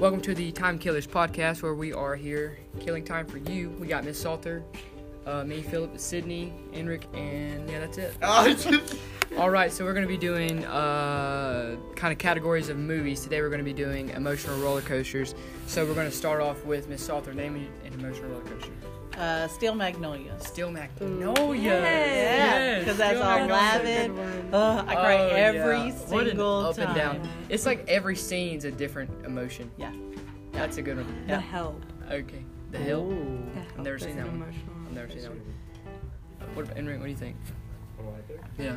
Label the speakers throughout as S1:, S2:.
S1: Welcome to the Time Killers podcast, where we are here killing time for you. We got Miss Salter, uh, me, Philip, Sydney, Enric, and yeah, that's it. All right, so we're going to be doing uh, kind of categories of movies. Today we're going to be doing emotional roller coasters. So we're going to start off with Miss Salter. Name an emotional roller coaster.
S2: Uh, Steel Magnolias.
S1: Steel Magnolia.
S2: Yeah,
S1: Yes,
S2: because that's
S1: Steel
S2: all
S1: Magnolia.
S2: Lavid. Ugh, I cry
S1: Oh,
S2: every
S1: yeah. What an
S2: single
S1: up
S2: time.
S1: and down. It's like every scene's a different emotion.
S2: Yeah.
S1: That's a good one.
S2: Yeah.
S3: The help.
S1: Okay, The Hill.
S3: The help.
S1: I've never seen
S3: is
S1: that
S3: an
S1: one.
S3: emotional
S1: I've never seen that one. What about Enric? What do you think? Yeah.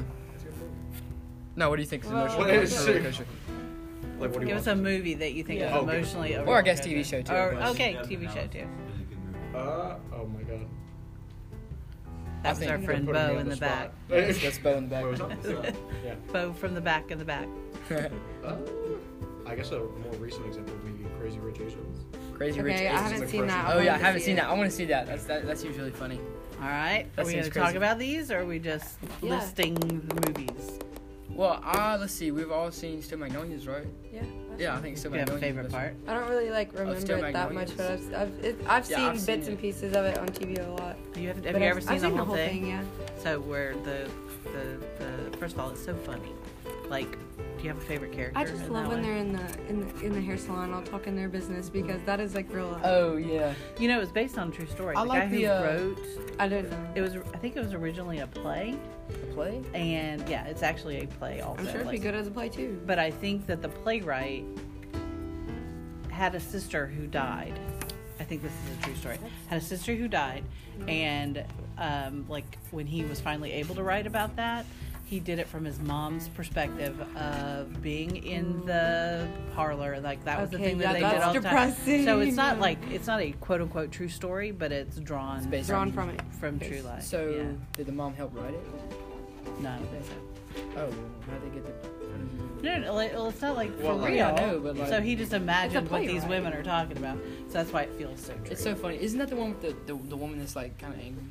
S1: No, what do you think is
S2: Well-
S1: emotional
S4: What is
S1: roller roller
S4: it?
S1: coaster?
S4: Like, what do you
S2: Give us
S4: want?
S2: a movie that you think
S4: Yeah.
S2: is
S4: Oh, okay.
S2: emotionally
S1: Or I guess
S2: overcooked.
S1: TV show, too.
S2: Or,
S1: Well,
S2: okay, TV show too.
S4: Uh, oh my god.
S1: I
S2: That was
S1: think
S2: our
S1: you're
S2: friend
S4: Putting me
S2: Bo
S4: on
S2: in the back.
S4: spot.
S1: That's, that's Bo in the
S4: Wait,
S1: back.
S4: was that- yeah.
S2: Bo from the back in the back.
S4: Uh, I guess a more recent example would be Crazy Rich Asians.
S1: Crazy
S3: Okay,
S1: Rich
S3: I
S1: Asians.
S3: haven't
S4: like
S3: seen that.
S4: frozen.
S1: Oh
S3: wanted
S1: yeah, I
S3: to
S1: haven't
S3: see
S1: seen
S3: it.
S1: that. I want to see that. That's that, that's usually funny.
S2: All right.
S1: That
S2: are we
S1: seems
S2: going to talk
S1: crazy.
S2: about these or are we just
S3: Yeah.
S2: listing the movies?
S1: Well, uh, let's see. We've all seen Steel Magnolias, right?
S3: Yeah. that's
S1: Yeah, Oh, I
S3: fine.
S1: think
S2: Do
S1: Steel
S2: you have a
S1: Magnolias.
S2: favorite
S1: is the
S2: part?
S1: best
S3: I don't really like remember
S1: Steel
S3: it that much,
S1: Magnolias.
S3: but I've I've, it, I've
S1: Yeah,
S3: seen
S1: I've seen
S3: bits and
S1: it.
S3: pieces of it on TV a lot.
S2: You have, have
S3: But
S2: you
S3: I've-
S2: ever seen,
S3: I've
S2: the,
S3: seen
S2: whole thing?
S3: Yeah.
S2: So where the, the the first of all, it's so funny. Like, do you have a favorite character?
S3: I just
S2: in
S3: love
S2: that
S3: when
S2: one?
S3: they're in the in the in the hair salon, all talking their business because that is like real life.
S1: one. Mm. Oh yeah.
S2: You know, it was based on a true story.
S1: I
S2: the
S1: like
S2: guy
S1: the,
S2: who
S1: uh,
S2: wrote
S3: I don't know.
S2: it was. I think it was originally a play,
S1: The play?
S2: and yeah, it's actually a play also.
S3: I'm sure it'd be
S2: like-
S3: good as a play too.
S2: But I think that the playwright had a sister who died. I think this is a true story. Had a sister who died, and um, like when he was finally able to write about that, he did it from his mom's perspective of being in the parlor. Like that was the
S3: Okay,
S2: thing that
S3: yeah,
S2: they did
S3: that's
S2: all the time.
S3: depressing.
S2: So it's not like it's not a quote unquote true story, but it's drawn
S1: It's based
S3: Drawn
S1: on-
S3: from it.
S2: from true life.
S1: So
S2: yeah.
S1: did the mom help write it?
S2: no, I don't think so.
S1: Oh, how did they get the?
S2: No, no, like, well, it's not like for
S4: Well, like-
S2: real.
S1: Yeah, I know, but, like-
S2: so he just imagined
S3: play,
S2: what these
S3: right?
S2: women are talking about. So that's why it feels so true.
S1: It's so funny. Isn't that the one with the the, the woman that's like kind of angry?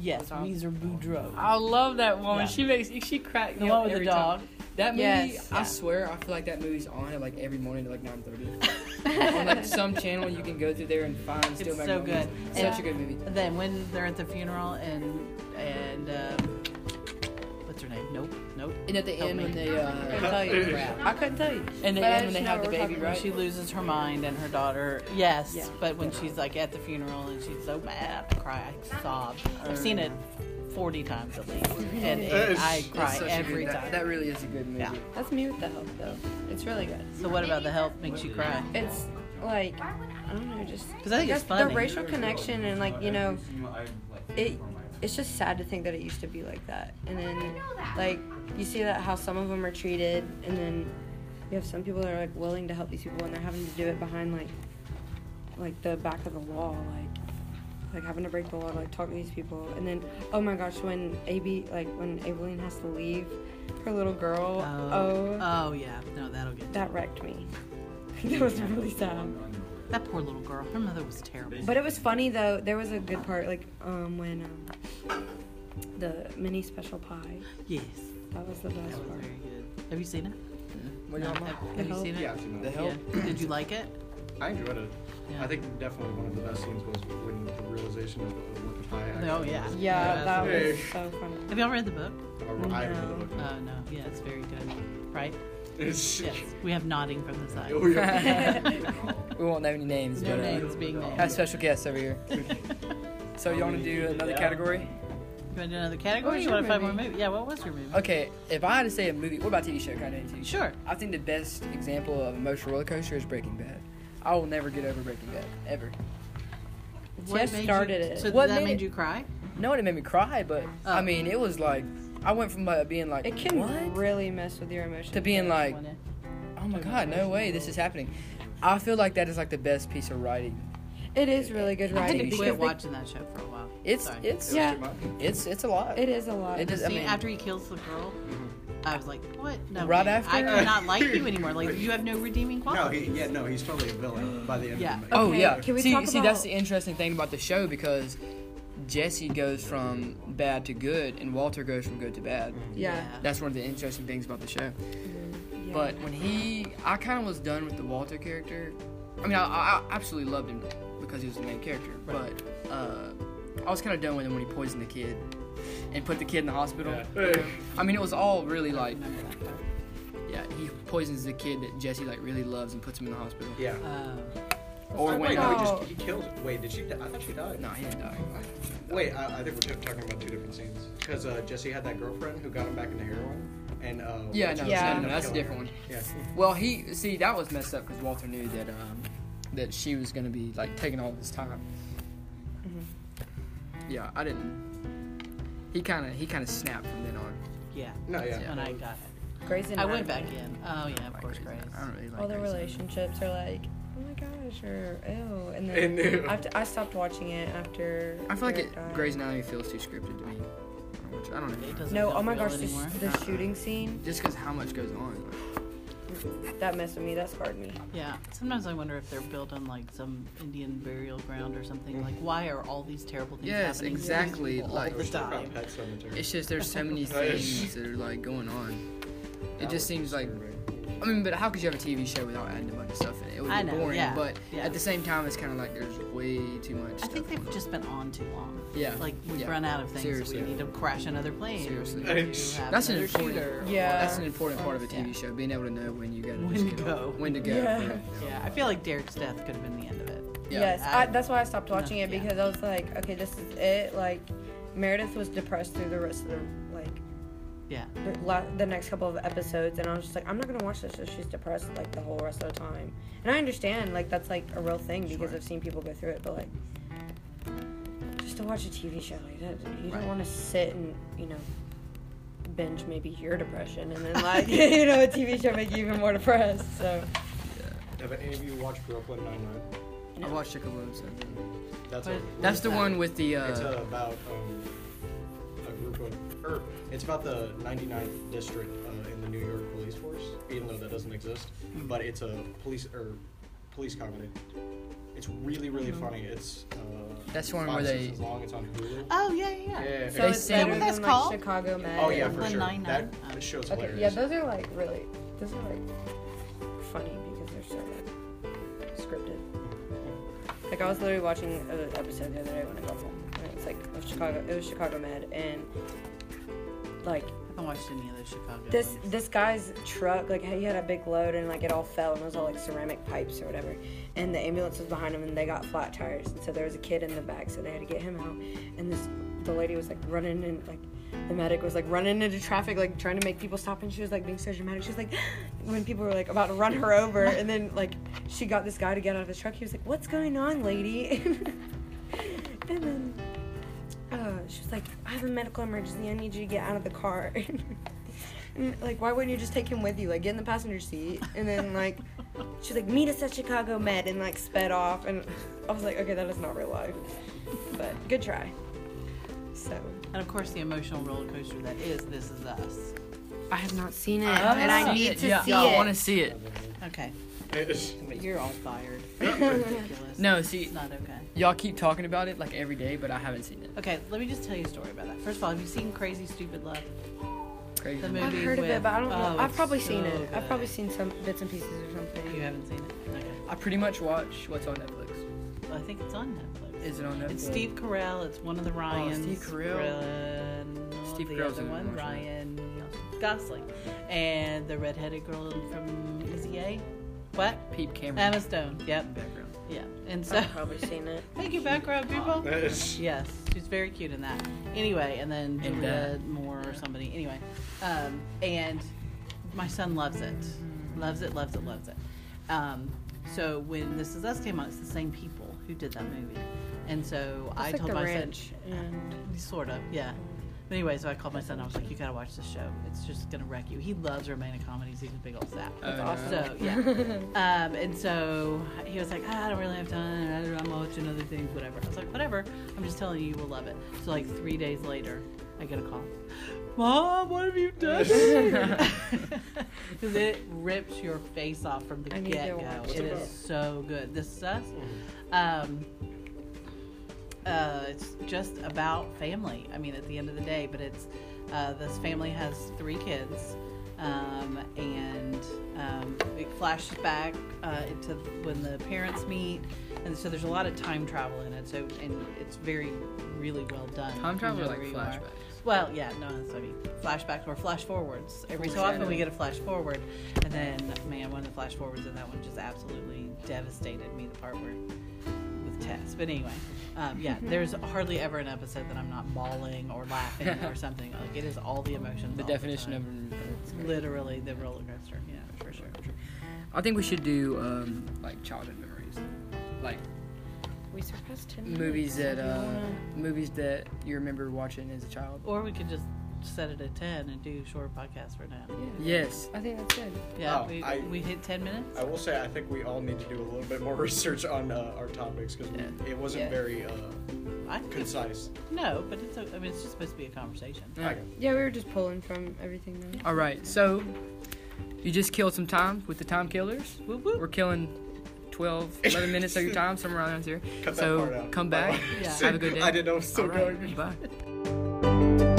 S2: yes,
S1: Tom.
S2: Weezer Boudreaux.
S1: I love that woman.
S2: Yeah.
S1: She makes she cracks
S2: The one with the dog.
S1: That movie,
S3: Yes.
S1: I
S2: Yeah.
S1: swear, I feel like that movie's on at like every morning at like nine thirty. on like some channel, you can go through there and find Steel
S2: It's so
S1: Magnolias.
S2: good.
S1: Such
S2: And-
S1: a good movie.
S2: And then when they're at the funeral and and um, what's her name? Nope, nope.
S1: And at the
S2: Help
S1: end,
S2: me.
S1: when they
S2: Can't
S1: uh,
S2: tell you crap.
S3: I couldn't tell you.
S1: and the
S3: But I
S1: end when
S3: just
S1: they
S3: know
S1: have
S3: what
S1: the
S3: we're
S1: baby,
S3: talking about.
S1: right?
S2: She loses her mind and her daughter. Yes,
S3: Yeah.
S2: but when she's like at the funeral and she's so mad, I cry, I sob. I've seen it forty times at least, and it, I
S1: It's
S2: cry
S1: such a good-
S2: every
S1: that-
S2: time.
S1: That really is a good movie.
S2: Yeah.
S3: That's me with the help though. It's really good.
S2: so what about the help makes you cry?
S3: It's like I don't know, just
S2: 'Cause I think it's
S3: just
S2: funny.
S3: the racial connection and like you know it it's just sad to think that it used to be like that and then like you see that how some of them are treated and then you have some people that are like willing to help these people and they're having to do it behind like like the back of the law like like having to break the law to like talk to these people and then oh my gosh when ab like when Abilene has to leave her little girl
S2: Oh,
S3: oh,
S2: oh yeah, no, that'll get.
S3: that wrecked me that was really sad
S2: That poor little girl. Her mother was terrible.
S3: But it was funny though. There was a good part, like um, when um, the mini special pie.
S2: Yes.
S3: That was the best
S2: That was
S3: part.
S2: very good. Have you seen it?
S1: What do
S2: No.
S1: y'all
S2: Have,
S1: mind?
S2: have you seen it?
S4: Yeah, I've seen
S1: The
S4: that.
S1: help.
S2: Yeah. Did you like it?
S4: I enjoyed it.
S2: Yeah.
S4: I think definitely one of the best scenes was when the realization of what the pie actually
S2: Oh yeah.
S4: was.
S3: Yeah,
S2: No,
S3: that
S2: that's-
S3: was so funny.
S2: Have y'all read the book?
S4: I, I haven't read the book.
S2: Oh no. Yeah, it's very good. Right?
S4: It's-
S2: Yes. We have nodding from the side.
S4: Oh, yeah.
S1: We won't name any names,
S2: No
S1: but
S2: names
S1: uh,
S2: being named.
S1: have special guests over here.
S2: you want
S1: So you want to do another category?
S2: to do another category?
S3: was
S2: You
S3: your
S2: want to find more
S3: movie?
S2: movies? Yeah. What was your movie?
S1: Okay, if I had to say a movie, what about TV show? Kind of TV show.
S2: Sure.
S1: I think the best example of emotional roller coaster is Breaking Bad. I will never get over Breaking Bad ever.
S3: Jeff
S2: made you-
S3: started it.
S2: So
S1: What
S2: that
S1: made
S2: made
S1: it-
S2: you cry?
S1: No, it made me cry, but
S2: Oh.
S1: I mean, it was like I went from like, being like
S3: It can
S1: what
S3: really mess with your emotions.
S1: to being like,
S2: Wanna-
S1: oh my god, no way, this is happening. I feel like that is like the best piece of writing.
S3: it is really good
S2: I had
S3: writing.
S2: to
S3: because
S2: quit
S3: they-
S2: watching that show for a while.
S1: It's
S2: Sorry.
S1: it's
S3: Yeah.
S1: it's it's a lot.
S3: It is a lot.
S1: It
S2: The
S1: is. I
S2: scene
S1: mean,
S2: after he kills the girl, I was like, "What? No,
S1: Right
S2: man, I
S1: after-
S2: cannot like you anymore. Like you have no redeeming
S4: No,
S2: qualities."
S4: he, yeah, no, he's totally a villain by the end
S2: Yeah.
S4: of the
S1: Oh
S3: Okay,
S1: yeah.
S3: can we
S1: see,
S3: talk
S1: see, that's
S3: about-
S1: the interesting thing about the show because Jesse goes from bad to good, and Walter goes from good to bad.
S3: yeah.
S1: That's one of the interesting things about the show.
S3: yeah.
S1: But when he, I kind of was done with the Walter character I mean, I, I I absolutely loved him because he was the main character, but uh, I was kind of done with him when he poisoned the kid and put the kid in the hospital.
S4: Hey.
S1: I mean, it was all really like, yeah, he poisons the kid that Jesse like really loves and puts him in the hospital.
S5: Yeah.
S2: Um,
S4: Oh
S1: Or when
S5: wait,
S1: uh,
S5: no,
S3: out.
S5: he just he kills it. Wait, did she? Die? I thought she died.
S1: no, he didn't die.
S4: Wait, I, I think we're talking about two Um, different scenes. Because uh, Jesse had that girlfriend who got him back into heroin, and uh,
S1: Yeah,
S4: Walter
S1: no,
S3: Yeah.
S1: no,
S4: ended
S1: no,
S4: up
S1: that's a
S4: killing
S1: different one.
S4: her. Yeah.
S1: Well, he see that was messed up because Walter knew that um, that she was gonna be like taking all this time.
S2: Mm-hmm.
S1: Yeah, I didn't. He kind of he kind of snapped from then on.
S2: yeah.
S4: No,
S2: that's
S4: yeah.
S2: When I got it,
S3: Grey's
S2: I went back
S3: Anatomy.
S2: in. Oh yeah, of
S1: Like,
S2: course,
S1: Grey's
S2: Grace.
S1: Anatomy. I don't really like
S3: All the
S1: Grey's Anatomy.
S3: relationships are like, oh my gosh, or ew, and
S4: And
S3: then
S4: ew.
S3: after I stopped watching it after.
S1: I feel like
S3: Eric
S1: it
S3: died.
S1: Grey's Anatomy feels too scripted to me. Which I don't know.
S2: It doesn't
S3: No,
S2: feel
S3: oh my
S2: real
S3: gosh, the,
S2: anymore.
S3: the shooting scene
S1: Just because how much goes on.
S3: that messed with me. That scarred me.
S2: Yeah. Sometimes I wonder if they're built on like some Indian burial ground or something. Like, why are all these terrible things
S1: Mm-hmm. Yes,
S2: happening? to these
S1: exactly,
S2: people all
S1: like-
S2: the
S4: We're still
S2: time?
S4: about Pet Sematary.
S1: It's just there's so many things that are like going on. It
S4: That
S1: just
S4: was
S1: seems like
S4: disturbing.
S1: I mean, but how could you have a TV show without adding a bunch of stuff in it? It would be
S2: I know,
S1: boring.
S2: yeah,
S1: But
S2: yeah.
S1: at the same time, it's kind of like there's way too much.
S2: I
S1: stuff
S2: think
S1: going
S2: they've
S1: on.
S2: just been on too long.
S1: Yeah,
S2: Like we've
S1: yeah.
S2: run out of things.
S1: Seriously.
S2: We need to crash another plane. or
S1: Seriously.
S2: We need
S4: It's-
S2: to have
S1: That's an
S2: another
S1: important-
S2: shooter. or-
S3: Yeah.
S1: That's an important part of a TV
S2: Yeah.
S1: show, being able to know when you gotta
S2: When
S1: just
S2: to
S1: get
S2: go.
S1: off- when to go.
S3: Yeah.
S2: Yeah. I feel like Derek's death could have been the end of it.
S1: Yeah.
S3: Yes,
S2: I-
S3: I, that's why I stopped watching it
S2: yeah.
S3: because I was like, okay, this is it. Like, Meredith was depressed through the rest of the like
S2: Yeah.
S3: the, la- the next couple of episodes, and I was just like, I'm not gonna watch this if she's depressed like the whole rest of the time. And I understand like that's like a real thing because
S1: Sure.
S3: I've seen people go through it, but like just to watch a TV show like that, you
S1: Right.
S3: don't want to sit and you know binge maybe your depression and then like you know a TV show make you even more depressed. So
S4: Have any of you watched Brooklyn Nine Nine?
S1: I watched a couple episodes.
S4: That's
S2: What-
S4: a-
S1: That's the one with the.
S4: It's
S1: Uh,
S4: uh, about um, a group of, or it's about the 99th district uh, in the New York police force, even though that doesn't exist.
S1: Hmm.
S4: But it's a police or police comedy. It's really really funny. It's uh,
S1: Hmm. That's the one
S4: five
S1: where they-
S4: seasons long. It's on Hulu.
S2: Oh yeah, yeah. yeah.
S3: so
S4: Yeah.
S1: They
S3: it's
S1: said-
S3: better
S1: Is that what
S2: that's
S3: than
S2: called?
S3: like Chicago Med.
S4: oh yeah, for
S2: Brooklyn
S4: sure.
S2: Nine-Nine.
S4: That that show's
S3: Okay, yeah,
S4: hilarious.
S3: those are like really, those are like funny because they're so like scripted. Like I was literally watching an episode the other day when I got home, and it was like of Chicago, it was Chicago Med, and like
S2: I haven't watched any of those Chicago.
S3: this
S2: ones.
S3: this guy's truck, like he had a big load, and like it all fell, and it was all like ceramic pipes or whatever, and the ambulance was behind him, and they got flat tires, and so there was a kid in the back, so they had to get him out, and this the lady was like running and like the medic was like running into traffic, like trying to make people stop, and she was like being so dramatic. She was like, when people were like about to run her over, and then like she got this guy to get out of his truck. He was like, "What's going on, lady?" and then uh, she was like, I have a medical emergency. I need you to get out of the car. And, like, why wouldn't you just take him with you? Like, get in the passenger seat. And then, like, she's like, meet us at Chicago Med and, like, sped off. And I was like, okay, that is not real life. But good try. So.
S2: and of course the emotional roller coaster that is This Is Us.
S3: I have not seen it.
S1: haven't
S3: and I
S1: seen
S3: need
S1: it
S3: to
S1: yet.
S3: see
S1: Ah. yeah, I want to
S3: it.
S1: see it.
S2: Okay,
S4: It's-
S2: but you're all fired. Ridiculous.
S1: No, see,
S2: it's not okay.
S1: y'all keep talking about it like every day, but I haven't seen it.
S2: Okay, let me just tell you a story about that. First of all, have you seen Crazy Stupid Love?
S1: Crazy.
S2: The
S3: I've
S2: movie
S3: heard of
S2: with-
S3: it, but I don't know.
S2: oh,
S3: I've probably
S2: it's
S3: seen
S2: so
S3: it. I've
S2: good.
S3: probably seen some bits and pieces or something.
S2: You haven't seen it. Okay,
S1: I pretty much watch what's on Netflix.
S2: well, I think it's on Netflix.
S1: Is it on Netflix? Oh,
S2: It's Steve Carell. It's one of the Ryans.
S1: Steve Carell.
S2: Ryan-
S1: Steve
S2: the
S1: Carell's
S2: other
S1: in it,
S2: one,
S1: wasn't he?
S2: Ryan Gosling, and the redheaded girl from Easy A. What?
S1: Peep Cameron.
S2: Emma Stone. Yep.
S1: background.
S2: Yeah. And so,
S3: I've probably seen it.
S2: thank you, background people.
S4: that is-
S2: Yes, she's very cute in that. Anyway, and then
S1: In
S2: Julia
S1: that.
S2: Moore or somebody. Anyway, um, and my son loves it, loves it, loves it, loves it. Um, so when This Is Us came out, it's the same people who did that movie, and so I
S3: like
S2: told
S3: the
S2: my
S3: ranch.
S2: son, sort of, yeah. But anyway, so I called my son. I was like, "You gotta watch this show. It's just gonna wreck you." He loves romantic comedies. He's a big old sap.
S1: Oh, yeah.
S3: awesome.
S2: So yeah, um, and so he was like, ah, I don't really have time. I don't, I'm watching other things, whatever. I was like, whatever. I'm just telling you, you will love it. So like three days later, I get a call. Mom, what have you done? Because it rips your face off from the
S3: I need to
S2: get go.
S3: watch Mm-hmm.
S2: It is so good. This is us. Um, uh, it's just about family. I mean, at the end of the day, but it's uh, this family has three kids, um, and um, it flashes back uh, to when the parents meet, and so there's a lot of time travel in it. So and it's very, really well done.
S1: Time
S2: You
S1: travel
S2: know
S1: or, like,
S2: where you are.
S1: flashbacks?
S2: Well, yeah, no, that's what I mean. Flashbacks or flash forwards. Every so often we get a flash forward, and then man, one of the flash forwards in that one just absolutely devastated me. The part where with Tess. But anyway, um, yeah, there's hardly ever an episode that I'm not bawling or laughing or something. Like it is all the emotions.
S1: The
S2: all
S1: definition
S2: the
S1: of
S2: time.
S1: an.
S2: It's literally the roller coaster. Yeah, for sure.
S1: I think we should do um, like childhood memories, like
S3: We surpassed ten.
S1: movies that
S3: minutes.
S1: uh, movies that you remember watching as a child.
S3: Oh,
S2: Or we could just set it at ten and do short podcast for now.
S1: Yes.
S3: I think that's it.
S2: Yeah,
S4: Oh,
S2: we,
S4: I-
S2: we hit ten minutes.
S4: I will say I think we all need to do a little bit more research on uh, our topics because it wasn't
S1: Yeah.
S4: very uh,
S2: I think it's,
S4: concise.
S2: no, but it's a, I mean it's just supposed to be a conversation.
S4: I-
S3: Yeah, we were just pulling from everything. Though.
S1: All right. So you just killed some time with the time killers.
S2: Whoop, whoop.
S1: We're killing 12, 11 minutes of your time, somewhere around here.
S4: Cut that
S1: so
S4: part out.
S1: come back.
S4: Bye-bye.
S2: Yeah.
S1: Have a good day.
S4: I didn't know it was still
S1: All right,
S4: going.
S1: Bye.